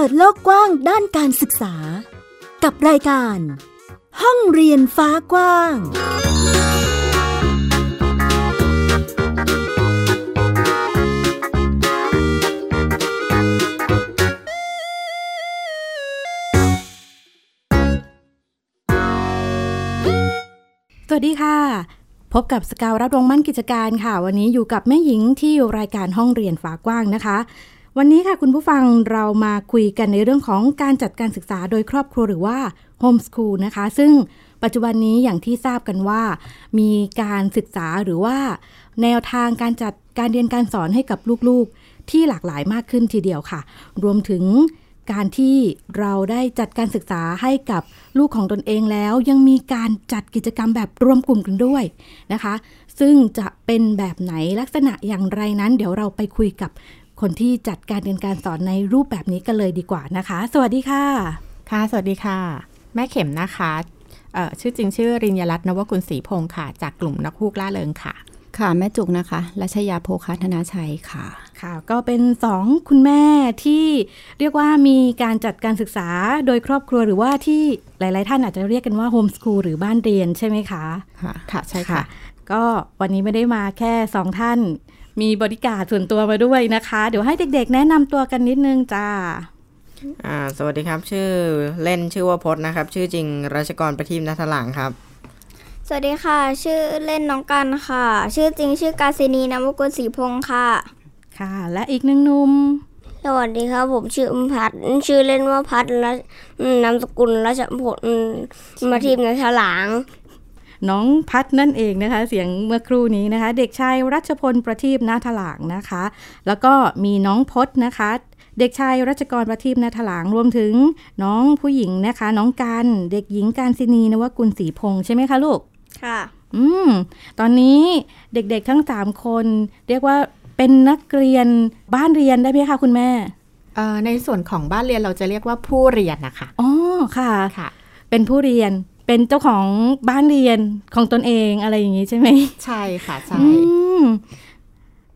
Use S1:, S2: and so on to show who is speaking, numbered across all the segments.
S1: ด้านการศึกษา กับรายการ ห้องเรียนฟ้ากว้าง
S2: สวัสดีค่ะ พบกับสกาวรับรองมั่นกิจการค่ะ วันนี้อยู่กับแม่หญิงที่รายการห้องเรียนฝากว้างนะคะ วันนี้ค่ะคุณผู้ฟังเรามาคุยกันในเรื่องของการจัดการศึกษาโดยครอบครัวหรือว่าโฮมสคูลนะคะ ซึ่งปัจจุบันนี้อย่างที่ทราบกันว่า มีการศึกษาหรือว่า แนวทางการจัดการเรียนการสอนให้กับลูกๆ ที่หลากหลายมากขึ้นทีเดียวค่ะ รวมถึง การที่เราได้จัดการศึกษาให้กับลูกของตนเองแล้ว ยังมีการจัดกิจกรรมแบบรวมกลุ่มกันด้วยนะคะ ซึ่งจะเป็นแบบไหนลักษณะอย่างไรนั้น เดี๋ยวเราไปคุยกับคนที่จัดการเรียนการสอนในรูปแบบนี้กันเลยดีกว่านะคะ สวัสดีค่ะ
S3: ค่ะ สวัสดีค่ะ แม่เข็มนะคะเอ่อชื่อจริงชื่อริญญรัตน์นวกุลศรีพงค์ค่ะ จากกลุ่มนักฮูกล่าเริงค่ะ
S4: ค่ะ แม่จุกนะคะรัชยาโภคาธนาชัยค่ะ
S2: ค่ะก็เป็นสองคุณแม่ที่เรียกว่ามีการจัดการศึกษาโดยครอบครัวหรือว่าที่หลาย ๆ ท่านอาจจะเรียกกันว่าโฮมสคูลหรือบ้านเรียนใช่ไหมคะ
S3: ค่ะ ใช่ค่ะ
S2: ค่ะก็วันนี้ไม่ได้มาแค่สองท่าน มีบริการดส่วนตัวมาด้วยนะคะ เดี๋ยวให้เด็กๆ แนะนำตัวกันนิดนึงจ้า
S5: อ่าสวัสดีครับ ชื่อเล่นชื่อว่าพจน์นะครับ ชื่อจริงรัชกรประทีปนัทหลังครับ
S6: สวัสดีค่ะ ชื่อเล่นน้องกันค่ะ ชื่อจริงชื่อกาซินีนามวกุลศรีพงค์ค่ะ
S2: ค่ะ และอีกหนึ่งหนุ่ม
S6: สวัสดีครับ ผมชื่ออมพัดชื่อเล่นว่าพัดและนามสกุลรัชพลอืมมาทีมในฉลาง
S2: น้องพัดนั่นเองนะคะ เสียงเมื่อครู่นี้นะคะ เด็กชายรัชพลประทีปนาถลางนะคะ แล้วก็มีน้องพศนะคะ เด็กชายรัชกรประทีปนาถลางรวมถึงน้องผู้หญิงนะคะ น้องกันเด็กหญิงการศินีนวกุลศรีพงษ์ใช่ไหมคะลูก
S6: ค่ะ
S2: อืม ตอนนี้เด็กๆทั้งสามคน เรียกว่าเป็นนักเรียนบ้านเรียนได้ไหมคะคุณแม่
S3: เอ่อในส่วนของบ้านเรียนเราจะเรียกว่าผู้เรียนนะคะ
S2: อ๋อ ค่ะ
S3: ค่ะ
S2: เป็นผู้เรียน เป็นเจ้าของบ้านเรียนของตนเองอะไรอย่างนี้ใช่ไหม
S3: ใช่ค่ะ ใช่
S2: อืม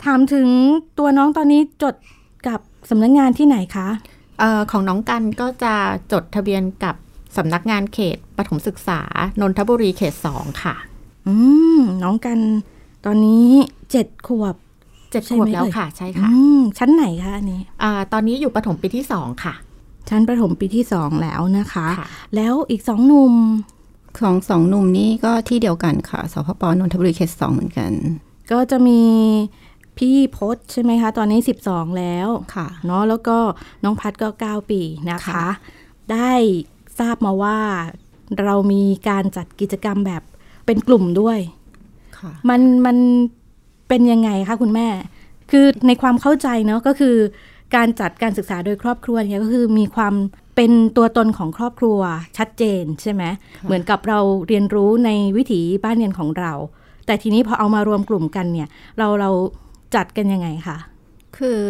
S2: ถามถึงตัวน้องตอนนี้จดกับสำนักงานที่ไหนคะ
S3: เอ่อของน้องกันก็จะจดทะเบียนกับสำนักงานเขตปฐมศึกษา นนทบุรีเขตสองค่ะ
S2: อืม น้องกัน ตอนนี้เจ็ดขวบ
S3: เจ็ด
S2: ใช่
S3: ข
S2: ไหม
S3: วบแล้ว
S2: เอ่ย
S3: ค่ะ ใช่
S2: อื
S3: ค่ะ
S2: ม ชั้นไหนคะอันนี้
S3: อ่าตอนนี้อยู่ปฐมปีที่สองค่ะ
S2: ชั้นประถมปีที่สองแล้วนะคะ
S3: ค่ะ
S2: แล้วอีกสองหนุ่ม
S4: ของสองหนุ่มนี้ก็ที่เดียวกันค่ะสพปนนทบุรีเขตสองเหมือนกัน
S2: ก็จะมีพี่พศใช่ไหมคะ ตอนนี้ 12 แล้ว
S4: ค่ะ
S2: เนาะแล้วก็น้องพัดก็ 9 ปีนะคะ
S4: ค่ะ
S2: ได้ทราบมาว่าเรามีการจัดกิจกรรมแบบเป็นกลุ่มด้วย
S4: ค่ะ
S2: มันมันเป็นยังไงคะคุณแม่ คือในความเข้าใจเนาะก็คือ การจัดการศึกษาโดยครอบครัวเนี่ยก็คือมีความเป็นตัวตนของครอบครัวชัดเจนใช่ไหมเหมือนกับเราเรียนรู้ในวิถีบ้านเรียนของเรา แต่ทีนี้พอเอามารวมกลุ่มกันเนี่ย เราเราจัดกันยังไงคะ
S4: คือ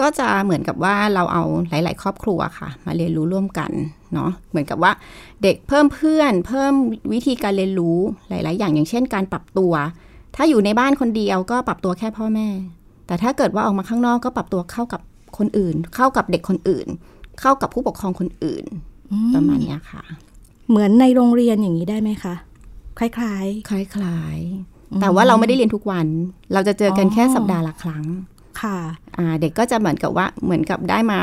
S4: ก็จะเหมือนกับว่าเราเอาหลาย ๆ ครอบครัวค่ะ มาเรียนรู้ร่วมกันเนาะเหมือนกับว่าเด็กเพิ่มเพื่อน เพิ่มวิธีการเรียนรู้หลาย ๆ อย่างอย่างเช่น การปรับตัว ถ้าอยู่ในบ้านคนเดียวก็ปรับตัวแค่พ่อแม่ แต่ถ้าเกิดว่าออกมาข้างนอกก็ปรับตัวเข้ากับคนอื่น เข้ากับเด็กคนอื่น เข้ากับผู้ปกครองคนอื่น
S2: อื
S4: ประมาณเนี้ยค่ะ
S2: เหมือนในโรงเรียนอย่างนี้ได้ไหมคะคล้าย
S4: คล้าย
S2: อืม
S4: ๆ แต่ว่าเราไม่ได้เรียนทุกวัน เราจะเจอกัน
S2: อ๋อ
S4: แค่สัปดาห์ละครั้ง
S2: ๆ ค่ะ
S4: อ่าเด็กก็จะเหมือนกับว่าเหมือนกับได้มา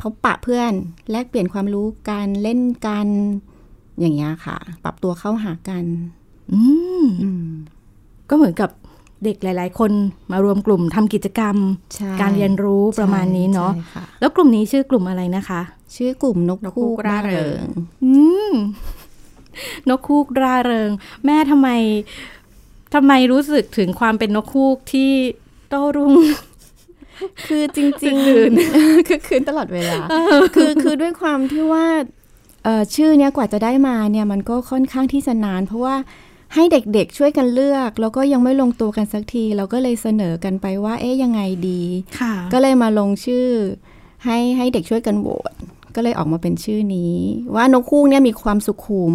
S4: พบปะเพื่อน แลกเปลี่ยนความรู้กันเล่นกัน อย่างเงี้ยค่ะ ปรับตัวเข้าหากัน
S2: อืม
S4: อืม
S2: ก็เหมือนกับเด็กหลาย ๆ คนมารวมกลุ่มทำกิจกรรม
S4: ใช่
S2: การเรียนรู้ประมาณนี้เนาะ
S4: ใช่ค่
S2: แล้วกลุ่มนี้ชื่อกลุ่มอะไรนะคะ
S4: ชื่อกลุ่มนก
S3: นกฮู
S4: คู่
S3: ก
S4: ร่า
S3: ร่าเริ
S4: เริ
S3: ง
S4: ง
S2: อืม นกคูกราเริง แม่ทำไมทำไมรู้สึกถึงความเป็นนกคูกที่โต้รุ่ง
S4: คือจริงๆ คือคืนตลอดเวลา คือคือด้วยความที่ว่าเอ่อชื่อเนี้ยกว่าจะได้มาเนี่ยมันก็ค่อนข้างที่จะนาน เพราะว่าให้เด็กๆช่วยกันเลือก แล้วก็ยังไม่ลงตัวกันสักที เราก็เลยเสนอกันไปว่า เอ๊ะยังไงดี
S2: ค่ะ
S4: ก็เลยมาลงชื่อ ให้ให้เด็กช่วยกันโหวตก็เลยออกมาเป็นชื่อนี้ ว่านกคู่เนี่ยมีความสุขุม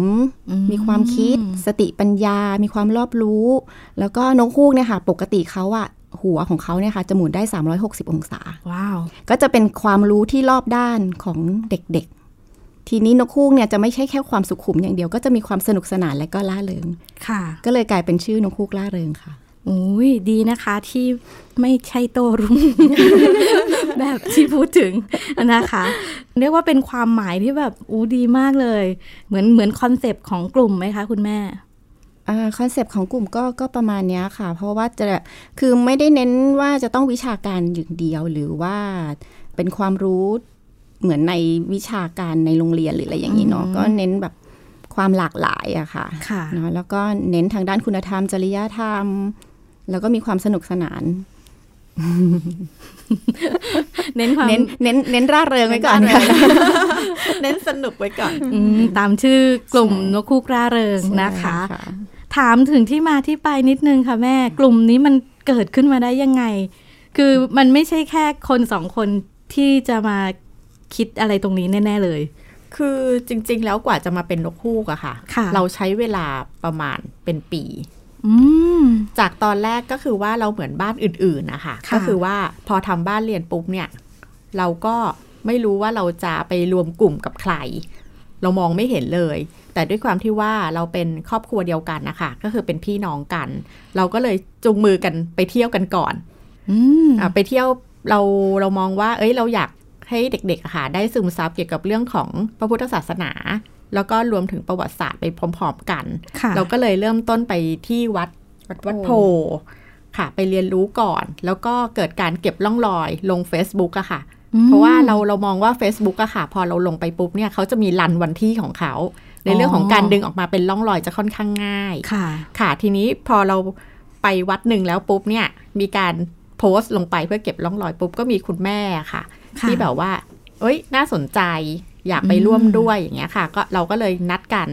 S4: มีความคิด สติปัญญา มีความรอบรู้ แล้วก็นกคู่เนี่ยค่ะ ปกติเขาอะ หัวของเขาเนี่ยค่ะจะหมุนได้ 360 องศา
S2: ว้าว
S4: ก็จะเป็นความรู้ที่รอบด้านของเด็กๆ ทีนี้นกคู่เนี่ยจะไม่ใช่แค่ความสุขุมอย่างเดียวก็จะมีความสนุกสนานและก็ล่าเริง
S2: ค่ะ
S4: ก็เลยกลายเป็นชื่อนกคู่ล่าเริงค่ะ
S2: อุ้ยดีนะคะที่ไม่ใช่โตรุ่ง แบบที่พูดถึงนะคะ เรียกว่าเป็นความหมายที่แบบอู้ดีมากเลย เหมือนเหมือนคอนเซปต์ของกลุ่มไหมคะคุณแม่
S4: คอนเซปต์ของกลุ่มก็ก็ประมาณเนี้ยค่ะ เพราะว่าจะคือไม่ได้เน้นว่าจะต้องวิชาการอย่างเดียวหรือว่าเป็นความรู้เหมือนในวิชาการในโรงเรียนหรืออะไรอย่างนี้เนาะก็เน้นแบบความหลากหลายอะค่ะ
S2: ค่ะ
S4: เนาะแล้วก็เน้นทางด้านคุณธรรม จริยธรรม แล้วก็มีความสนุกสนาน
S2: เน้นความ
S4: เน้นเน้นเน้นร่าเริงไว้ก่อนค่ะ
S3: เน้นสนุกไว้ก่อน
S2: อืมตามชื่อกลุ่มนกคู่กราเริงนะคะ
S4: ใช่
S2: ถามถึงที่มาที่ไปนิดนึงค่ะแม่ กลุ่มนี้มันเกิดขึ้นมาได้ยังไง คือมันไม่ใช่แค่คนสองคนที่จะมาคิดอะไรตรงนี้แน่ ๆ เลย
S3: คือจริง ๆ แล้วกว่าจะมาเป็นนกฮูกอะค่ะ
S2: ค่ะ
S3: เราใช้เวลาประมาณเป็นปี
S2: อืม
S3: จากตอนแรกก็คือว่าเราเหมือนบ้านอื่นๆนะคะ
S2: ค่ะ
S3: ก็คือว่าพอทำบ้านเรียนปุ๊บเนี่ย เราก็ไม่รู้ว่าเราจะไปรวมกลุ่มกับใคร เรามองไม่เห็นเลย แต่ด้วยความที่ว่าเราเป็นครอบครัวเดียวกันนะคะก็คือเป็นพี่น้องกัน เราก็เลยจูงมือกันไปเที่ยวกันก่อน
S2: อืม
S3: อ่ะไปเที่ยวเราเรามองว่า เอ้ยเราอยากให้เด็กๆอะค่ะได้ซึมซับเกี่ยวกับเรื่องของพระพุทธศาสนา แล้วก็รวมถึงประวัติศาสตร์ไปพร้อมๆกัน
S2: ค่ะ
S3: เราก็เลยเริ่มต้นไปที่วัดวัดวัดโพค่ะ ไปเรียนรู้ก่อน แล้วก็เกิดการเก็บล่องรอยลง Facebook อะค่ะ เพราะว่าเราเรามองว่า Facebook อะค่ะ พอเราลงไปปุ๊บเนี่ยเขาจะมีรันวันที่ของเขา ในเรื่องของการดึงออกมาเป็นล่องรอยจะค่อนข้างง่าย
S2: ค่ะ
S3: ค่ะทีนี้พอเราไปวัดหนึ่งแล้วปุ๊บเนี่ยมีการโพสต์ลงไปเพื่อเก็บร่องรอยปุ๊บก็มีคุณแม่ค่ะ
S2: ค่ะ
S3: ที่แบบว่า เอ้ยน่าสนใจอยากไป
S2: อืม
S3: ร่วมด้วยอย่างเงี้ยค่ะ ก็เราก็เลยนัดกัน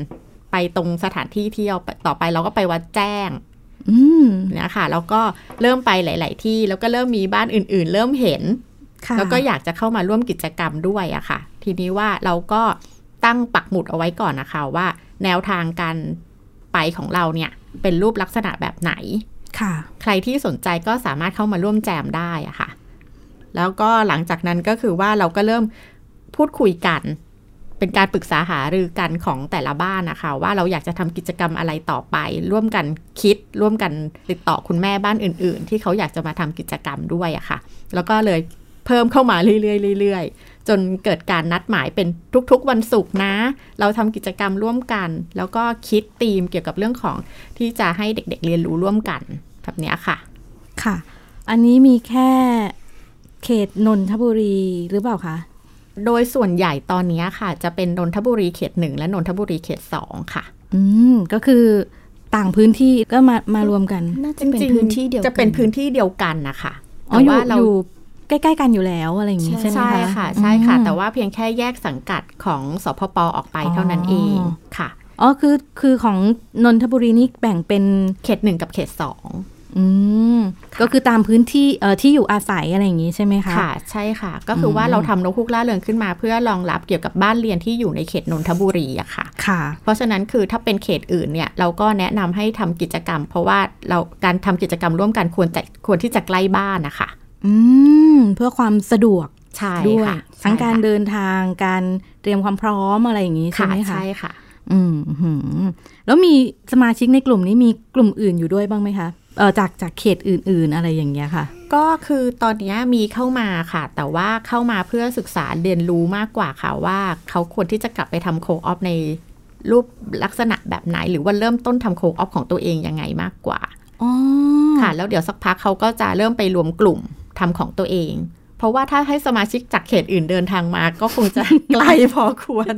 S3: ไปตรงสถานที่เที่ยวต่อไปเราก็ไปวัดแจ้ง
S2: อืม
S3: เนี่ยค่ะแล้วก็เริ่มไปหลาย ๆ ที่แล้วก็เริ่มมีบ้านอื่น ๆ เริ่มเห็น
S2: ค่ะ
S3: แล้วก็อยากจะเข้ามาร่วมกิจกรรมด้วยอะค่ะ ทีนี้ว่าเราก็ตั้งปักหมุดเอาไว้ก่อนนะคะว่า แนวทางการไปของเราเนี่ยเป็นรูปลักษณะแบบไหน
S2: ค่ะ
S3: ใครที่สนใจก็สามารถเข้ามาร่วมแจมได้อะค่ะ แล้วก็หลังจากนั้นก็คือว่าเราก็เริ่มพูดคุยกัน เป็นการปรึกษาหารือกันของแต่ละบ้านนะคะ ว่าเราอยากจะทำกิจกรรมอะไรต่อไป ร่วมกันคิด ร่วมกันติดต่อคุณแม่บ้านอื่น ๆ ที่เขาอยากจะมาทำกิจกรรมด้วยอะค่ะ แล้วก็เลยเพิ่มเข้ามาเรื่อยๆเรื่อยๆจนเกิดการนัดหมายเป็นทุกๆ วันศุกร์นะ เราทำกิจกรรมร่วมกัน แล้วก็คิดธีมเกี่ยวกับเรื่องของที่จะให้เด็กๆ เรียนรู้ร่วมกันแบบเนี้ยค่ะ
S2: ค่ะ อันนี้มีแค่เขตนนทบุรีหรือเปล่าคะ
S3: โดยส่วนใหญ่ตอนเนี้ยค่ะ จะเป็นนนทบุรีเขตหนึ่งและนนทบุรีเขตสองค่ะ
S2: อืม ก็คือต่างพื้นที่ก็มามารวมกัน
S4: น่าจะเป็นพื้นที่เดียวกั
S3: จะเป็นพื้นที่เดียวกันนะคะ
S2: อ๋อ
S3: แต่
S2: อยู่
S3: ว่าเรา
S2: อยู่ใกล้ๆกันอยู่แล้วอะไรอย่างงี้ใช่ไหมคะ
S3: ใช่ค่ะ ใช่ค่ะ
S2: อืม
S3: แต่ว่าเพียงแค่แยกสังกัดของสพปออกไปเท่านั้นเอง
S2: อ๋อ
S3: ค่ะ
S2: อ๋อคือคือของนนทบุรีนี่แบ่งเป็น
S3: เขตหนึ่งกับเขตสอง
S2: อืม ก็คือตามพื้นที่เอ่อที่อยู่อาศัยอะไรอย่างงี้ใช่ไหมคะ
S3: ค่ะ ใช่ค่ะ ก็คืออว่าเราทำนกฮูกล่าเริงขึ้นมา เพื่อรองรับเกี่ยวกับบ้านเรียนที่อยู่ในเขตนนทบุรีอะค่ะ
S2: ค่ะ
S3: เพราะฉะนั้นคือถ้าเป็นเขตอื่นเนี่ยเราก็แนะนำให้ทำกิจกรรม เพราะว่าเราการทำกิจกรรมร่วมกันควรแต่ควรที่จะใกล้บ้านนะคะ
S2: อืม เพื่อความสะดวก
S3: ใช่
S2: ด้วย
S3: ค่ะ
S2: ทั้งการ
S3: ใช่
S2: เดินทางการเตรียมความพร้อมอะไรอย่างงี้ใช่
S3: ค่ะ
S2: ไหมคะ
S3: ใช่ค่ะ
S2: อืมหืมแล้วมีสมาชิกในกลุ่มนี้มีกลุ่มอื่นอยู่ด้วยบ้างไหมคะเออจากจากเขตอื่น ๆ อะไรอย่างเงี้ยค่ะ
S3: ก็คือตอนเนี้ยมีเข้ามาค่ะ แต่ว่าเข้ามาเพื่อศึกษาเรียนรู้มากกว่าค่ะว่าเขาควรที่จะกลับไปทำโคออฟในรูปลักษณะแบบไหน หรือว่าเริ่มต้นทำโคออฟของตัวเองยังไงมากกว่า
S2: อ๋อ
S3: ค่ะ แล้วเดี๋ยวสักพักเขาก็จะเริ่มไปรวมกลุ่มทำของตัวเอง เพราะว่าถ้าให้สมาชิกจากเขตอื่นเดินทางมา ก็คงจะ ไกลพอควร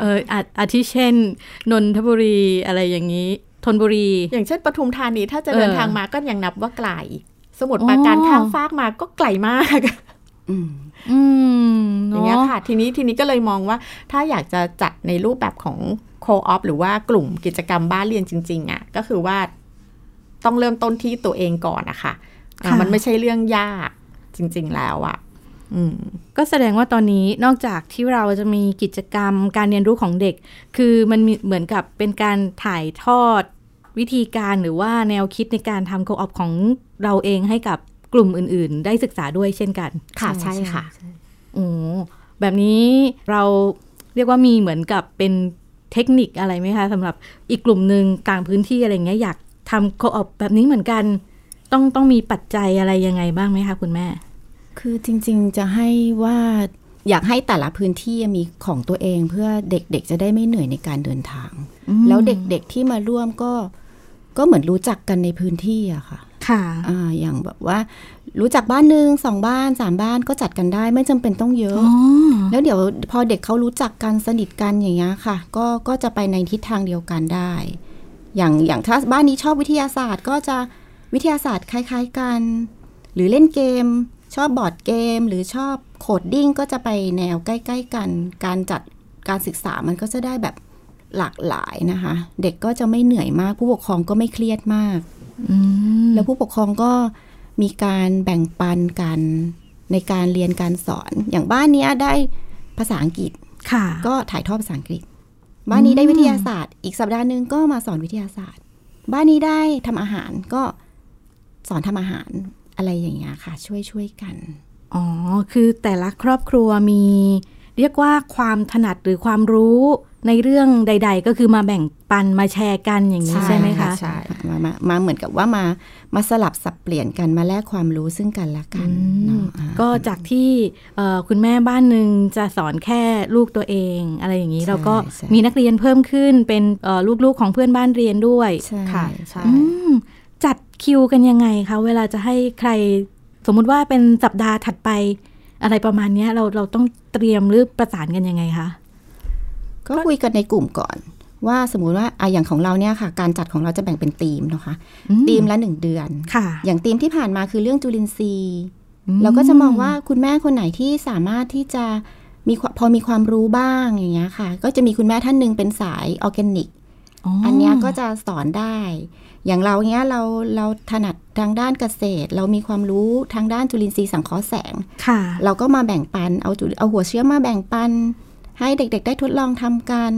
S2: เอออาอาทิเช่น นนทบุรีอะไรอย่างนี้ธนบุรี
S3: อย่างเช่นปทุมธานีถ้าจะ
S2: เออ
S3: เดินทางมาก็ยังนับว่าไกล สมุทรปราการ
S2: อ๋อ
S3: ข้ามฟากมาก็ไกลมาก
S4: อืม
S2: อืม
S3: อ
S2: เนาะ
S3: ย่างเงี้ยค่ะ ทีนี้ทีนี้ก็เลยมองว่าถ้าอยากจะจัดในรูปแบบของโคออฟหรือว่ากลุ่มกิจกรรมบ้านเรียนจริงๆอะ่ะก็คือว่าต้องเริ่มต้นที่ตัวเองก่อนนะคะอ่ะมันไม่ใช่เรื่องยากจริง ๆ แล้วอะ่ะ อืม
S2: ก็แสดงว่าตอนนี้นอกจากที่เราจะมีกิจกรรมการเรียนรู้ของเด็ก คือมันมีเหมือนกับเป็นการถ่ายทอด วิธีการหรือว่าแนวคิดในการทำโคออปของเราเองให้กับกลุ่มอื่น ๆ ได้ศึกษาด้วยเช่นกัน
S3: ค่ะใช่ค่ะ
S2: โอ้แบบนี้เราเรียกว่ามีเหมือนกับเป็นเทคนิคอะไรไหมคะสำหรับอีกกลุ่มหนึ่งต่างพื้นที่อะไรเงี้ยอยากทำโคออปแบบนี้เหมือนกัน ต้องต้องมีปัจจัยอะไรยังไงบ้างไหมคะคุณแม่
S4: คือจริงๆจะให้ว่าอยากให้แต่ละพื้นที่มีของตัวเองเพื่อเด็กๆจะได้ไม่เหนื่อยในการเดินทาง แล้วเด็กๆที่มาร่วมก็ก็เหมือนรู้จักกันในพื้นที่อะค่ะ
S2: ค่ะ
S4: อ่าอย่างแบบว่า รู้จักบ้านหนึ่งสองบ้านสามบ้านก็จัดกันได้ไม่จำเป็นต้องเยอะ
S2: อ๋อ
S4: แล้วเดี๋ยวพอเด็กเขารู้จักกันสนิทกันอย่างเงี้ยค่ะ ก็ก็จะไปในทิศทางเดียวกันได้ อย่างอย่างถ้าบ้านนี้ชอบวิทยาศาสตร์ ก็จะวิทยาศาสตร์คล้าย ๆกัน หรือเล่นเกม ชอบบอร์ดเกม หรือชอบโคดดิ้งก็จะไปแนวใกล้ ๆ กัน การจัดการศึกษามันก็จะได้แบบหลากหลายนะคะ เด็กก็จะไม่เหนื่อยมาก ผู้ปกครองก็ไม่เครียดมาก
S2: อืม
S4: แล้วผู้ปกครองก็มีการแบ่งปันกันในการเรียนการสอน อย่างบ้านเนี้ยได้ภาษาอังกฤษ
S2: ค่ะ
S4: ก็ถ่ายทอดภาษาอังกฤษ บ้านนี้ได้วิทยาศาสตร์ อีกสัปดาห์หนึ่งก็มาสอนวิทยาศาสตร์ บ้านนี้ได้ทำอาหารก็สอนทำอาหารอะไรอย่างเงี้ยค่ะ ช่วยช่วยๆกัน
S2: อ๋อ คือแต่ละครอบครัวมี เรียกว่าความถนัดหรือความรู้ในเรื่องใด ๆ ก็คือมาแบ่งปันมาแชร์กันอย่างนี้ใช่ไหมคะ
S3: ใช่
S4: มามามาเหมือนกับว่ามามาสลับสับเปลี่ยนกันมาแลกความรู้ซึ่งกันและกันเนาะอ่า
S2: ก็จากที่เอ่อคุณแม่บ้านหนึ่งจะสอนแค่ลูกตัวเองอะไรอย่างนี้
S4: ใช่
S2: เราก็
S4: ใช่
S2: มีนักเรียนเพิ่มขึ้นเป็นเอ่อลูกๆของเพื่อนบ้านเรียนด้วย
S4: ใช่
S3: ค่ะใช่
S2: อืมจัดคิวกันยังไงคะเวลาจะให้ใครสมมุติว่าเป็นสัปดาห์ถัดไป อะไรประมาณเนี้ยเราเราต้องเตรียมหรือประสานกันยังไงคะ
S4: ก็คุยกันในกลุ่มก่อน ว่าสมมุติว่าอะอย่างของเราเนี่ยค่ะ การจัดของเราจะแบ่งเป็นธีมนะคะ
S2: อืม
S4: ธีมละหนึ่งเดือน
S2: ค่ะ
S4: อย่างธีมที่ผ่านมาคือเรื่องจุลินทรีย์
S2: อื
S4: เราก็จะมองว่าคุณแม่คนไหนที่สามารถที่จะมีความพอมีความรู้บ้างอย่างเงี้ยค่ะ ก็จะมีคุณแม่ท่านหนึ่งเป็นสายออร์แกนิก อันเนี้ยก็จะสอนได้ อย่างเราเนี้ยเราเราถนัดทางด้านเกษตร เรามีความรู้ทางด้านจุลินทรีย์สังเคราะห์แสง
S2: ค่ะ
S4: เราก็มาแบ่งปัน เอาจุเอาหัวเชื้อมาแบ่งปัน ให้เด็กๆ ได้ทดลองทำกัน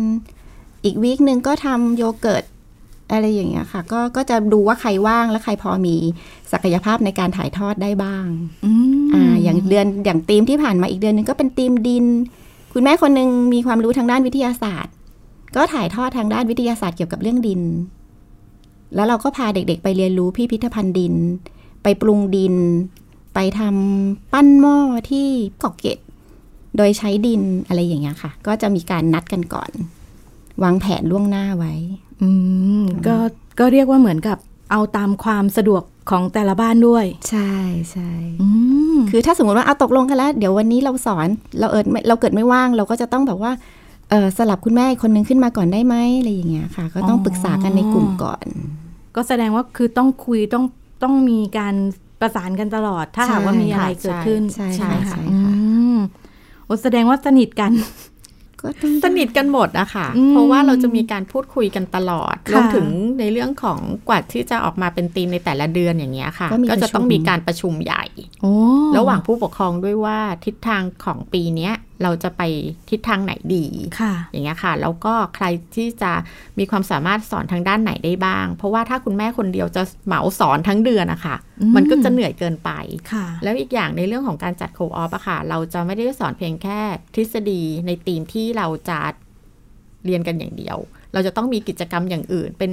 S4: อีกวีคหนึ่งก็ทำโยเกิร์ตอะไรอย่างเงี้ยค่ะ ก็ก็จะดูว่าใครว่างและใครพอมีศักยภาพในการถ่ายทอดได้บ้าง
S2: อืม
S4: อ่าอย่างเดือนอย่างธีมที่ผ่านมาอีกเดือนหนึงก็เป็นธีมดิน คุณแม่คนหนึงมีความรู้ทางด้านวิทยาศาสตร์ ก็ถ่ายทอดทางด้านวิทยาศาสตร์เกี่ยวกับเรื่องดิน แล้วเราก็พาเด็กๆ ไปเรียนรู้พิพิธภัณฑ์ดิน ไปปรุงดิน ไปทำปั้นหม้อที่เกาะเกร็ดโดยใช้ดินอะไรอย่างเงี้ยค่ะ ก็จะมีการนัดกันก่อน วางแผนล่วงหน้าไว้
S2: อืมก็ก็เรียกว่าเหมือนกับเอาตามความสะดวกของแต่ละบ้านด้วย
S4: ใช่ใช่
S2: อืม
S4: คือถ้าสมมติว่าเอาตกลงกันแล้ว เดี๋ยววันนี้เราสอนเราเอิดไม่เราเกิดไม่ว่างเราก็จะต้องแบบว่าเออสลับคุณแม่อีกคนนึงขึ้นมาก่อนได้ไหมอะไรอย่างเงี้ยค่ะ ก็ต้องปรึกษากันในกลุ่มก่อน
S2: ก็แสดงว่าคือต้องคุยต้องต้องมีการประสานกันตลอด ถ้า
S4: ใช่
S2: หากว่ามีอะไร
S3: ค่ะ
S2: เกิด
S3: ใช่
S2: ขึ้น
S4: ใช่
S2: ไหม
S4: ใช่
S2: คะ
S4: ค่ะ
S2: อืมโอ้แสดงว่าสนิทกัน
S4: ก็ต้อง
S3: สนิทกันหมดอะค่ะ
S2: อืม
S3: เพราะว่าเราจะมีการพูดคุยกันตลอด
S2: ค่ะ
S3: รวมถึงในเรื่องของกว่าที่จะออกมาเป็นธีมในแต่ละเดือนอย่างเงี้ยค่ะ
S4: ก็มี
S3: ก็จะต้อง
S4: ประชุม
S3: มีการประชุมใหญ่
S2: โอ้
S3: ระหว่างผู้ปกครองด้วยว่าทิศทางของปีเนี้ยเราจะไปทิศทางไหนดี
S2: ค่ะ
S3: อย่างเงี้ยค่ะ แล้วก็ใครที่จะมีความสามารถสอนทางด้านไหนได้บ้าง เพราะว่าถ้าคุณแม่คนเดียวจะเหมาสอนทั้งเดือนนะคะ
S2: อืม
S3: มันก็จะเหนื่อยเกินไป
S2: ค่ะ
S3: แล้วอีกอย่างในเรื่องของการจัดโคออฟอะค่ะ เราจะไม่ได้สอนเพียงแค่ทฤษฎีในธีมที่เราจะเรียนกันอย่างเดียว เราจะต้องมีกิจกรรมอย่างอื่น เป็น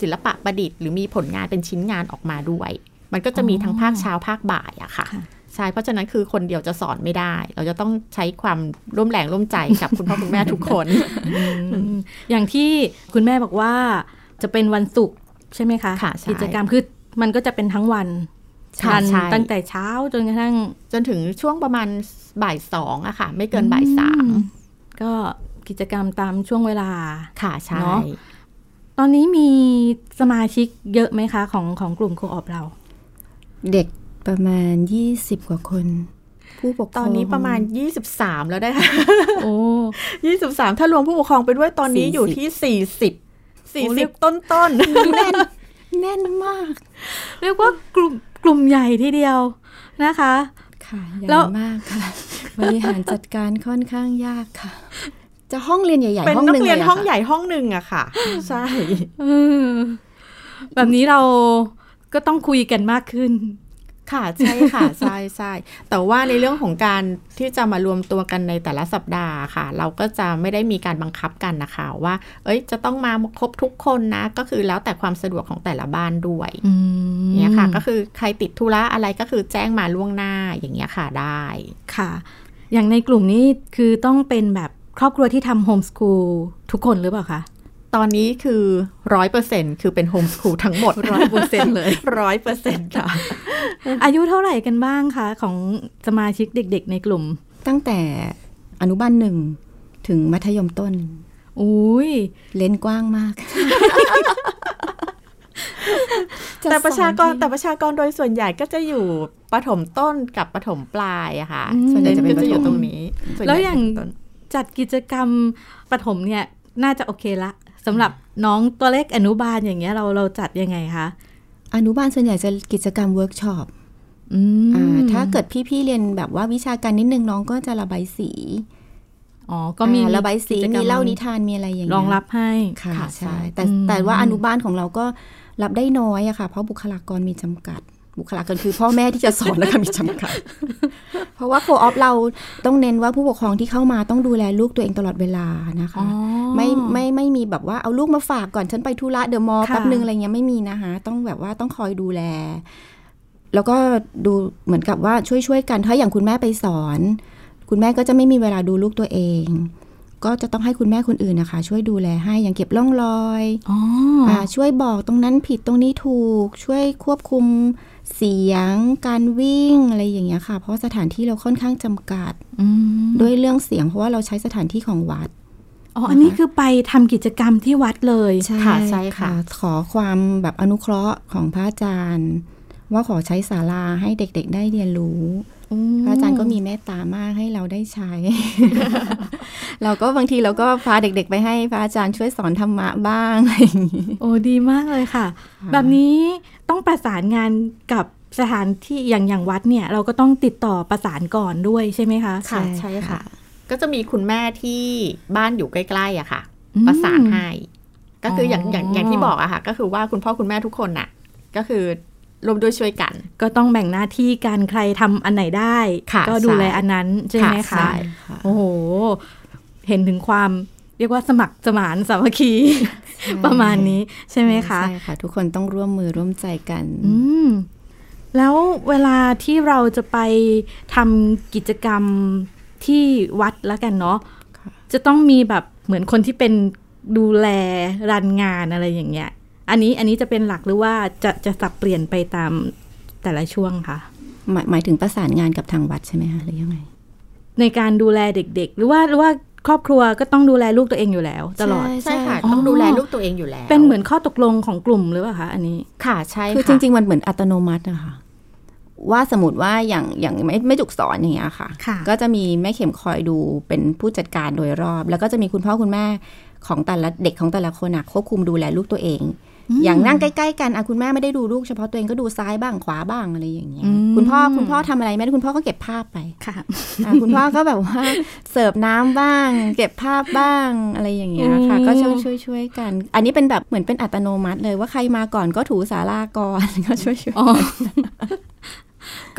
S3: ศิลปะประดิษฐ์หรือมีผลงานเป็นชิ้นงานออกมาด้วย มันก็จะมีทั้งภาคเช้าภาคบ่ายอะค่ะ
S2: ค่ะ
S3: ใช่ เพราะฉะนั้นคือคนเดียวจะสอนไม่ได้ เราจะต้องใช้ความร่วมแรงร่วมใจกับคุณพ่อคุณแม่ทุกคน
S2: อย่างที่คุณแม่บอกว่าจะเป็นวันศุกร์ใช่ไหมคะ
S3: ค่ะใช่
S2: กิจกรรมคือมันก็จะเป็นทั้งวัน
S3: ใช่
S2: ทัน
S3: ใช่
S2: ตั้งแต่เช้าจนกระทั่ง
S3: จนถึงช่วงประมาณบ่ายสองอะค่ะ ไม่เกินบ่ายสาม
S2: ก็กิจกรรมตามช่วงเวลา
S3: ค่ะใช่
S2: เนอะ ตอนนี้มีสมาชิกเยอะไหมคะ ของของกลุ่มโคออปเรา
S4: เด็กประมาณ 20 กว่าคน ผู้ปกครอง
S3: ตอนนี้ประมาณ 23 แล้วได้ค่ะ
S2: โอ้
S3: 23 ถ้ารวมผู้ปกครองไปด้วยตอนนี้อยู่ที่ 40
S2: เรียก
S3: 40 ต้นต้นๆ
S4: แน่นมาก
S2: เรียกว่ากลุ่มกลุ่มใหญ่ทีเดียวนะคะ
S4: ค่ะ
S2: แล้
S4: ยาว วมากค่ะ บริหารจัดการค่อนข้างยากค่ะ จะห้องเรียนใหญ่
S3: เป็น
S4: ๆห้อง
S3: นั
S4: ห
S3: ก
S4: นึ่ง
S3: เรียน
S4: ละ
S3: ห้อง
S4: ค่ะ
S3: ใหญ่ห้องหนึ่งอะค่ะ ใช่
S2: เออ แบบนี้เราก็ต้องคุยกันมากขึ้น
S3: ค่ะใช่ค่ะ ใช่ใช่แต่ว่าในเรื่องของการที่จะมารวมตัวกันในแต่ละสัปดาห์ค่ะ เราก็จะไม่ได้มีการบังคับกันนะคะว่า เอ้ยจะต้องมาครบทุกคนนะ ก็คือแล้วแต่ความสะดวกของแต่ละบ้านด้วย
S2: อืม
S3: เนี่ยค่ะ ก็คือใครติดธุระอะไรก็คือแจ้งมาล่วงหน้าอย่างเงี้ยค่ะได้
S2: ค่ะ อย่างในกลุ่มนี้คือต้องเป็นแบบครอบครัวที่ทำโฮมสคูลทุกคนหรือเปล่าคะ
S3: ตอนนี้คือร้อยเปอร์เซ็นคือเป็นโฮมสคูลทั้งหมดร้อยเปอร์เซ็นเลยร้อยเปอร์เซ็นค่ะ
S2: อายุเท่าไหร่กันบ้างคะ ของสมาชิกเด็ก ๆ ในกลุ่ม
S4: ตั้งแต่อนุบาลหนึ่งถึงมัธยมต้น
S2: อุ้ย
S4: เลนส์กว้างมาก
S3: แต่ประชากร
S4: จสอน
S3: แต่ประชากรโดยส่วนใหญ่ก็จะอยู่ปฐมต้นกับปฐมปลายอะค่ะ
S2: อืม
S3: ส่วนใหญ่จะเป็น
S4: ก็
S3: ก็จะ
S4: จะอ
S3: อยู่ ยู่ตรงนี้ส่นใหญ่
S2: แล้วอย่าง
S3: จะเป็นต้น
S2: จัดกิจกรรมปฐมเนี่ย น่าจะโอเคละสำหรับน้องตัวเล็กอนุบาลอย่างเงี้ยเราเราจัดยังไงคะ
S4: อนุบาลส่วนใหญ่จะกิจกรรมเวิร์กช็อป
S2: อืม
S4: อ่าถ้าเกิดพี่ๆเรียนแบบว่าวิชาการนิดนึงน้องก็จะระบายสี
S2: อ๋อก็มี
S4: อ่าระบายสี
S2: กิจกร
S4: มี
S2: ร
S4: เล่านิทานมีอะไรอย่าง
S2: ร
S4: เงี้ย
S2: องรับให้
S4: ค่ะ
S3: ค่ะ
S4: ใช่
S3: ใช่
S4: แต่
S2: อืม
S4: แต่ว่าอนุบาลของเราก็รับได้น้อยอะค่ะ เพราะบุคลากรมีจำกัด บุคลากรคือพ่อแม่ที่จะสอนนะคะมีจำกัด เพราะว่าโคออฟเราต้องเน้นว่าผู้ปกครองที่เข้ามาต้องดูแลลูกตัวเองตลอดเวลานะคะ ไม่ไม่ไม่มีแบบว่าเอาลูกมาฝากก่อนฉันไปธุระเดอะมอลล์
S2: ค่ะ
S4: แป๊บนึงอะไรเงี้ยไม่มีนะคะต้องแบบว่าต้องคอยดูแล แล้วก็ดูเหมือนกับว่าช่วยช่วยๆกันถ้าอย่างคุณแม่ไปสอน คุณแม่ก็จะไม่มีเวลาดูลูกตัวเอง ก็จะต้องให้คุณแม่คนอื่นนะคะ ช่วยดูแลให้อย่างเก็บร่องรอย
S2: อ๋อ
S4: อ่าช่วยบอกตรงนั้นผิดตรงนี้ถูก ช่วยควบคุมเสียง การวิ่งอะไรอย่างเงี้ยค่ะ เพราะสถานที่เราค่อนข้างจำกัด
S2: อืม
S4: ด้วยเรื่องเสียงเพราะว่าเราใช้สถานที่ของวัด
S2: อ๋ออันนี้คือไปทำกิจกรรมที่วัดเลย
S4: ใช่
S3: ค่ะใช่ค่ะ
S4: ขอความแบบอนุเคราะห์ของพระอาจารย์ ว่าขอใช้ศาลาให้เด็กๆ ได้เรียนรู้ พระอาจารย์ก็มีเมตตามากให้เราได้ใช้ เราก็บางทีเราก็พาเด็กๆ ไปให้พระอาจารย์ช่วยสอนธรรมะบ้างอะไรอย่างนี้
S2: โอ้ดีมากเลยค่ะ แบบนี้ต้องประสานงานกับสถานที่อย่างอย่างวัดเนี่ย เราก็ต้องติดต่อประสานก่อนด้วยใช่ไหมคะ
S3: ค่ะใช่ค่ะ ก็จะมีคุณแม่ที่บ้านอยู่ใกล้ๆอะค่ะ
S2: อืม
S3: ประสานให้ก็คืออย่าง
S2: อ๋ออ
S3: อย่างอย่างที่บอกอะค่ะ ก็คือว่าคุณพ่อคุณแม่ทุกคนน่ะ ก็คือรวมด้วยช่วยกัน
S2: ก็ต้องแบ่งหน้าที่การใครทำอันไหนได้
S3: ค่ะ
S2: ก็ดูแล
S3: ใช่
S2: อันนั้นใช่ไหม
S3: ค่ะ
S2: คะ
S3: ใช่
S2: โอ้โห เห็นถึงความเรียกว่าสมัครสมานสามัคคี ประมาณนี้ใช่ไหมคะ
S4: ใช่ค่ะ ทุกคนต้องร่วมมือร่วมใจกัน
S2: อืม แล้วเวลาที่เราจะไปทำกิจกรรมที่วัดแล้วกันเนาะ
S4: ค่ะ
S2: จะต้องมีแบบเหมือนคนที่เป็นดูแลรันงานอะไรอย่างเงี้ย อันนี้อันนี้จะเป็นหลักหรือว่าจะจะสับเปลี่ยนไปตามแต่ละช่วงค่ะ
S4: หมายหมายถึงประสานงานกับทางวัดใช่ไหมคะหรือยังไง
S2: ในการดูแลเด็ก ๆ หรือว่าหรือว่าครอบครัวก็ต้องดูแลลูกตัวเองอยู่แล้วตลอด
S3: ใช่ค่ะ
S2: อ๋อ
S3: ต้องดูแลลูกตัวเองอยู่แล้ว
S2: เป็นเหมือนข้อตกลงของกลุ่มหรือเปล่าคะอันนี้
S3: ค่ะใช่
S4: คือ
S3: ค่ะ
S4: จริง ๆ มันเหมือนอัตโนมัตินะคะว่าสมมติว่าอย่างอย่างไม่ไม่จุกสอนอย่างเงี้ยค่ะ
S2: ค่ะ
S4: ก็จะมีแม่เข็มคอยดูเป็นผู้จัดการโดยรอบ แล้วก็จะมีคุณพ่อคุณแม่ของแต่ละเด็กของแต่ละคนอะควบคุมดูแลลูกตัวเอง อย่างนั่งใกล้ ๆ กันอะคุณแม่ไม่ได้ดูลูกเฉพาะตัวเองก็ดูซ้ายบ้างขวาบ้างอะไรอย่างเงี้ยคุณพ่อคุณพ่อทำอะไรไม่ได้คุณพ่อก็เก็บภาพไป
S2: ค่ะ
S4: อ่ะคุณพ่อก็แบบว่า เสิร์ฟน้ำบ้าง เก็บภาพบ้างอะไรอย่างเงี้ยค่ะ
S2: อืม
S4: ก็ช่วยช่วยช่วยกัน อันนี้เป็นแบบเหมือนเป็นอัตโนมัติเลยว่าใครมาก่อนก็ถูสาราก่อน ก็ช่วยช่วย
S2: อ๋อ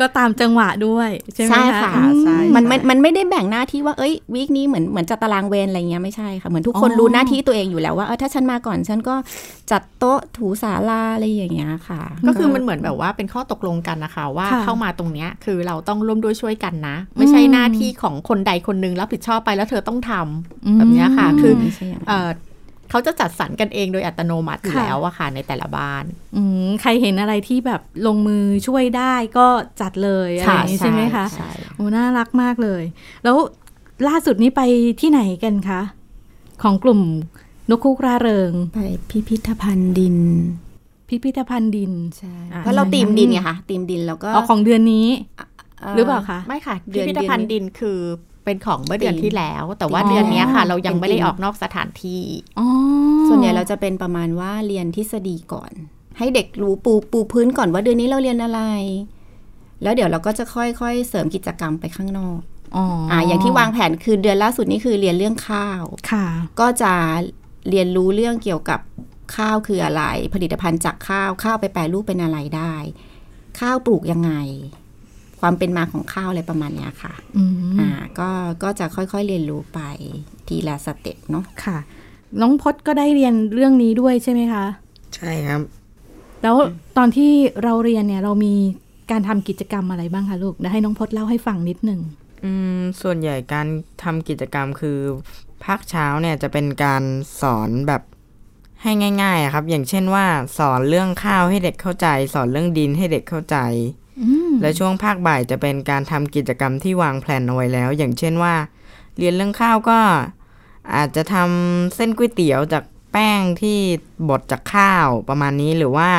S2: ก็ตามจังหวะด้วยใช่ไหม
S4: ใช่
S2: คะ
S4: ค่ะ
S2: อืม
S4: ใช่มันมันมันไม่ได้แบ่งหน้าที่ว่าเอ้ยวีคนี้เหมือนเหมือนจัดตารางเวรอะไรเงี้ยไม่ใช่ค่ะเหมือนทุกคน
S2: อ๋อ
S4: รู้หน้าที่ตัวเองอยู่แล้วว่าเออถ้าฉันมาก่อนฉันก็จัดโต๊ะถูสาราอะไรอย่างเงี้ยค่ะ
S3: ก็คือมันเหมือนแบบว่าเป็นข้อตกลงกันนะคะ ว่า
S2: ค่ะ
S3: เข้ามาตรงเนี้ยคือเราต้องร่วมด้วยช่วยกันนะ ไม่ใช่
S2: อืม
S3: หน้าที่ของคนใดคนหนึงรับผิดชอบไปแล้วเธอต้องทำ แบบเนี้ยค่ะคือ
S4: ไม่ใช่อย่างนั้น
S3: เอ่อเขาจะจัดสรรกันเองโดยอัตโนมัติอยู่แล้วอะค่ะในแต่ละบ้าน
S2: อืมใครเห็นอะไรที่แบบลงมือช่วยได้ก็จัดเลยอะไรอย่างนี้ใช่ไหมคะ
S3: ใช่
S2: โอ้น่ารักมากเลย แล้วล่าสุดนี้ไปที่ไหนกันคะ ของกลุ่มนกคูกราเริง
S4: ไปพิพิธภัณฑ์ดิน
S2: พิพิธภัณฑ์ดิน
S4: ใช่
S2: อ่ะ
S4: เพราะเราตีมดินไงคะตีมดินแล้วก็
S2: เอาของเดือนนี้
S4: เห
S2: รือเปล่าคะ
S3: ไม่ค่ะ
S4: เดื
S3: พิ
S4: อน
S3: พิธภัณฑ์ดินคือเป็นของเมื่อเดือนที่แล้ว แต่ว่า
S4: อ๋อ
S3: เดือนเนี้ยค่ะ เรายัง
S4: เป็น
S3: ไม่ได้
S4: ธีม
S3: ออกนอกสถานที่
S2: อ๋อ
S4: ส่วนใหญ่เราจะเป็นประมาณว่าเรียนทฤษฎีก่อน ให้เด็กรู้ปูปูพื้นก่อนว่าเดือนนี้เราเรียนอะไร แล้วเดี๋ยวเราก็จะค่อยๆ เสริมกิจกรรมไปข้างนอก
S2: อ๋อ
S4: อ่าอย่างที่วางแผนคือเดือนล่าสุดนี่คือเรียนเรื่องข้าว
S2: ค่ะ
S4: ก็จะเรียนรู้เรื่องเกี่ยวกับ ข้าวคืออะไร ผลิตภัณฑ์จากข้าวข้าวไปแปรรูปเป็นอะไรได้ ข้าวปลูกยังไง ความเป็นมาของข้าวอะไรประมาณเนี้ยค่ะ
S2: อืม
S4: อ่าก็ก็จะค่อยๆเรียนรู้ไปทีละสเต็ปเนาะ
S2: ค่ะ น้องพศก็ได้เรียนเรื่องนี้ด้วยใช่ไหมคะ
S5: ใช่ครับ
S2: แล้วตอนที่เราเรียนเนี่ยเรามีการทำกิจกรรมอะไรบ้างคะลูกเดี๋ยวให้น้องพศเล่าให้ฟังนิดหนึ่ง
S5: อืมส่วนใหญ่การทำกิจกรรมคือภาคเช้าเนี่ยจะเป็นการสอนแบบให้ง่ายๆอะครับ อย่างเช่นว่าสอนเรื่องข้าวให้เด็กเข้าใจ สอนเรื่องดินให้เด็กเข้าใจ และช่วงภาคบ่ายจะเป็นการทำกิจกรรมที่วางแผนเอาไว้แล้ว อย่างเช่นว่า เรียนเรื่องข้าวก็อาจจะทำเส้นก๋วยเตี๋ยวจากแป้งที่บดจากข้าวประมาณนี้หรือว่า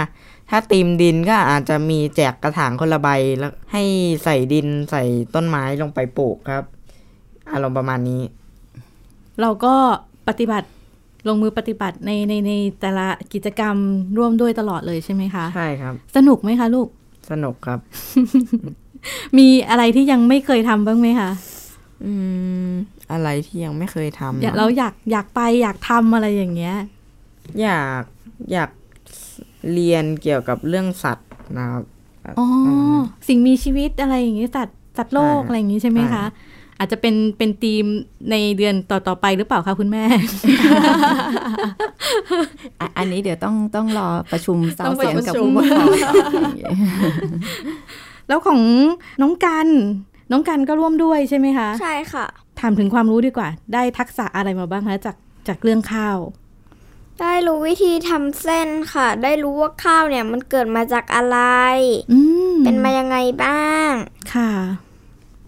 S5: ถ้าตีมดินก็อาจจะมีแจกกระถางคนละใบแล้วให้ใส่ดินใส่ต้นไม้ลงไปปลูกครับ อารมณ์ประมาณนี้
S2: เราก็ปฏิบัติลงมือปฏิบัติในในในแต่ละกิจกรรมร่วมด้วยตลอดเลยใช่ไหมคะ
S5: ใช่ครับ
S2: สนุกไหมคะลูก
S5: สนุกครับ
S2: มีอะไรที่ยังไม่เคยทำบ้างไหมคะ
S5: อืม อะไรที่ยังไม่เคยทำ
S2: อยาก
S5: อะ
S2: เราอยากอยากไปอยากทำอะไรอย่างเงี้ย
S5: อยากอยากเรียนเกี่ยวกับเรื่องสัตว์นะครับ
S2: อ๋อสิ่งมีชีวิตอะไรอย่างงี้สัตว์สัตว์โลก
S5: ใช่
S2: อะไรอย่างงี้ใช่ไหมคะ อาจจะเป็นเป็นธีมในเดือนต่อต่อๆไปหรือเปล่าคะคุณแม่
S4: อ่ะอันนี้เดี๋ยวต้องต้องรอประชุมสา
S3: ต้
S4: ว
S3: องไป
S4: เสียงกับ
S3: ประชุม
S4: ผู้ปกครอง
S2: แล้วของน้องกัน น้องกันก็ร่วมด้วยใช่ไหมคะ
S6: ใช่ค่ะ
S2: ถามถึงความรู้ดีกว่า ได้ทักษะอะไรมาบ้างคะจากจากเรื่องข้าว
S6: ได้รู้วิธีทำเส้นค่ะ ได้รู้ว่าข้าวเนี่ยมันเกิดมาจากอะไร
S2: อืม
S6: เป็นมายังไงบ้าง
S2: ค่ะ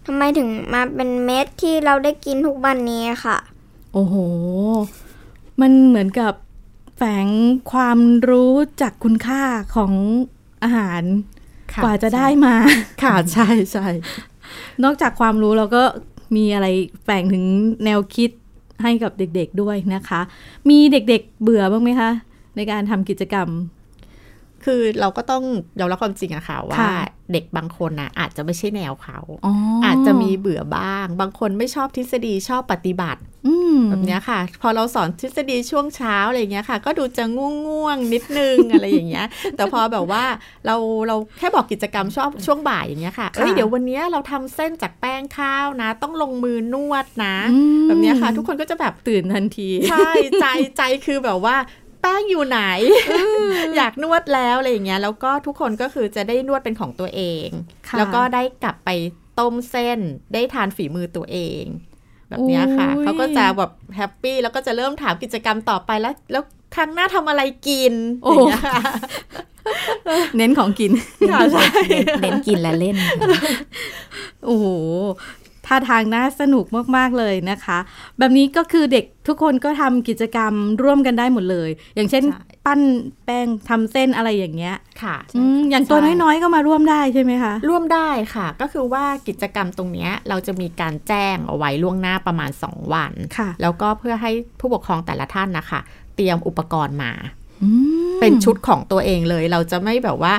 S6: ทำไมถึงมาเป็นเม็ดที่เราได้กินทุกวันนี้ค่ะ
S2: โอ้โห มันเหมือนกับแฝงความรู้จากคุณค่าของอาหาร
S3: ค่
S2: กว่าจะได้มา
S3: ค่ะ ใช่ใช่
S2: นอกจากความรู้เราก็มีอะไรแฝงถึงแนวคิดให้กับเด็กๆด้วยนะคะ มีเด็กๆเบื่อบ้างไหมคะ ในการทำกิจกรรม
S3: คือเราก็ต้องยอมรับความจริงอะค่ะว่า
S2: ค่ะ
S3: เด็กบางคนนะอาจจะไม่ใช่แนวเขา
S2: อ๋ออา
S3: อาจจะมีเบื่อบ้าง บางคนไม่ชอบทฤษฎีชอบปฏิบัติ
S2: อืม
S3: แบบเนี้ยค่ะ พอเราสอนทฤษฎีช่วงเช้าอะไรอย่างเงี้ยค่ะ ก็ดูจะง่วงง่วงๆนิดนึ ง อะไรอย่างเงี้ย แต่พอแบบว่าเราเราแค่บอกกิจกรรมชอบช่วงบ่ายอย่างเงี้ยค่ะเอ้ย
S2: ค่ะ
S3: เดี๋ยววันเนี้ยเราทำเส้นจากแป้งข้าวนะ ต้องลงมือนวดนะ
S2: อืม
S3: แบบเนี้ยค่ะ ทุกคนก็จะแบบ
S2: ตื่นทันที
S3: ใช่ ใจใจคือแบบว่า แป้งอยู่ ไหน อยากนวดแล้วอะไรอย่างเงี้ยแล้วก็ทุกคนก็คือจะได้นวดเป็นของตัวเอง
S2: ค่ะ
S3: แล้วก็ได้กลับไปต้มเส้นได้ทานฝีมือตัวเอง แบบเนี้ยค่ะเขาก็จะแบบแฮปปี้แล้วก็จะเริ่มถามกิจกรรมต่อไปแล้ว แล้วครั้งหน้าทำอะไรกินอย่างเงี้ยค่ะ
S2: เน้นของ กิน
S3: ใช่
S4: เน้นกินและเล่นค่ะ
S2: โอ้โห ท่าทางน่าสนุกมาก ๆ เลยนะคะ แบบนี้ก็คือเด็กทุกคนก็ทำกิจกรรมร่วมกันได้หมดเลย อย่างเช่น
S3: ใช่
S2: ปั้นแป้งทำเส้นอะไรอย่างเงี้ย
S3: ค่ะ
S2: อืมอย่างตัว
S3: ใช่
S2: น้อยๆ ก็มาร่วมได้ใช่ไหมคะ
S3: ร่วมได้ค่ะ ก็คือว่ากิจกรรมตรงเนี้ยเราจะมีการแจ้งเอาไว้ล่วงหน้าประมาณ 2 วัน
S2: ค่ะ
S3: แล้วก็เพื่อให้ผู้ปกครองแต่ละท่านนะคะ เตรียมอุปกรณ์มา
S2: อืม
S3: เป็นชุดของตัวเองเลย เราจะไม่แบบว่า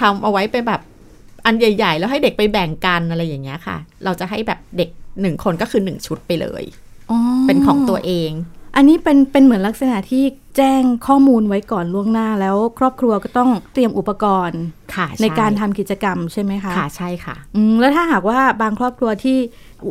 S3: ทำเอาไว้เป็นแบบอันใหญ่ ๆ แล้วให้เด็กไปแบ่งกันอะไรอย่างเงี้ยค่ะ เราจะให้แบบเด็กหนึ่งคนก็คือหนึ่งชุดไปเลย
S2: อ๋อ
S3: เป็นของตัวเอง
S2: อันนี้เป็นเป็นเหมือนลักษณะที่แจ้งข้อมูลไว้ก่อนล่วงหน้าแล้ว ครอบครัวก็ต้องเตรียมอุปกรณ์
S3: ค่ะ
S2: ในการ
S3: ช่
S2: ทำกิจกรรมใช่ไหมคะ
S3: ค่ะใช่ค่ะ
S2: อืมแล้วถ้าหากว่าบางครอบครัวที่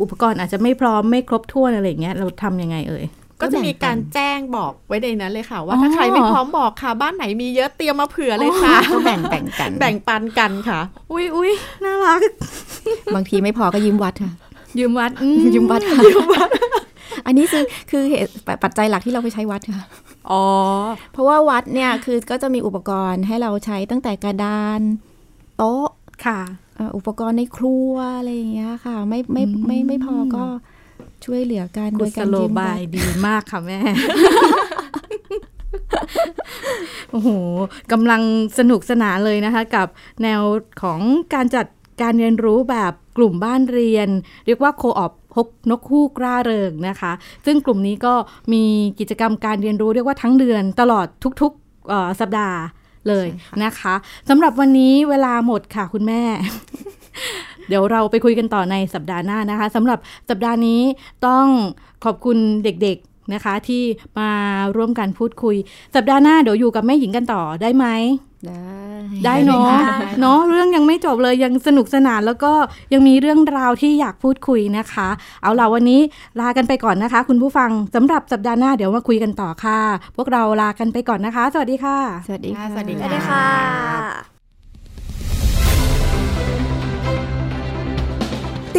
S2: อุปกรณ์อาจจะไม่พร้อมไม่ครบถ้วนอะไรอย่างเงี้ยเราทำยังไงเอ่ย
S3: ก็จะมีการแจ้งบอกไว้ในนั้นเลยค่ะ ว่าถ้าใครไม่พร้อมบอกค่ะ บ้านไหนมีเยอะเตรียมมาเผื่อเลยค่ะ
S4: ก็แบ่งแบ่งกัน
S3: แบ่งปันกันค่ะ
S2: อุ้ยอุ้ยน่ารัก
S4: บางทีไม่พอก็ยืมวัดค่ะ
S2: ยืมวัดอืม
S4: ยืมวัดค่ะอันนี้คือคือเหตุปัจจัยหลักที่เราไปใช้วัดค่ะ
S2: อ๋อ
S4: เพราะว่าวัดเนี่ยคือก็จะมีอุปกรณ์ให้เราใช้ตั้งแต่กระดาน โต๊ะ
S2: ค่ะ
S4: เอ่ออุปกรณ์ในครัวอะไรอย่างเงี้ยค่ะ ไม่ไม่ไม่ไม่พอก็ช่วยเหลือกันโด
S2: กุ
S4: ย
S2: ศ
S4: การ
S2: โล
S4: ยืม
S2: บา
S4: วั
S2: ย
S4: ด
S2: ดีมากค่ะแม่ โอ้โหกำลังสนุกสนานเลยนะคะ กับแนวของการจัดการเรียนรู้แบบกลุ่มบ้านเรียน เรียกว่าโคออบฮกนกฮูกร่าเริงนะคะ ซึ่งกลุ่มนี้ก็มีกิจกรรมการเรียนรู้เรียกว่าทั้งเดือนตลอดทุกๆเอ่อสัปดาห์เลยนะคะสำหรับวันนี้เวลาหมดค่ะคุณแม่ เดี๋ยวเราไปคุยกันต่อในสัปดาห์หน้านะคะสำหรับสัปดาห์นี้ต้องขอบคุณเด็ก นะคะ ที่มาร่วมกันพูดคุย สัปดาห์หน้าเดี๋ยวอยู่กับแม่หญิงกันต่อได้ไหม
S4: ได้
S2: ได้เนาะเนาะเรื่องยังไม่จบเลยยังสนุกสนานแล้วก็ยังมีเรื่องราวที่อยากพูดคุยนะคะ เอาล่ะวันนี้ลากันไปก่อนนะคะ คุณผู้ฟังสำหรับสัปดาห์หน้าเดี๋ยวมาคุยกันต่อค่ะ พวกเราลากันไปก่อนนะคะ สวัสดีค่ะ
S4: สวัสดีค่ะ
S3: สวัสดี
S6: ส
S3: ค่ะ
S6: วัสดีค่ะ
S1: ต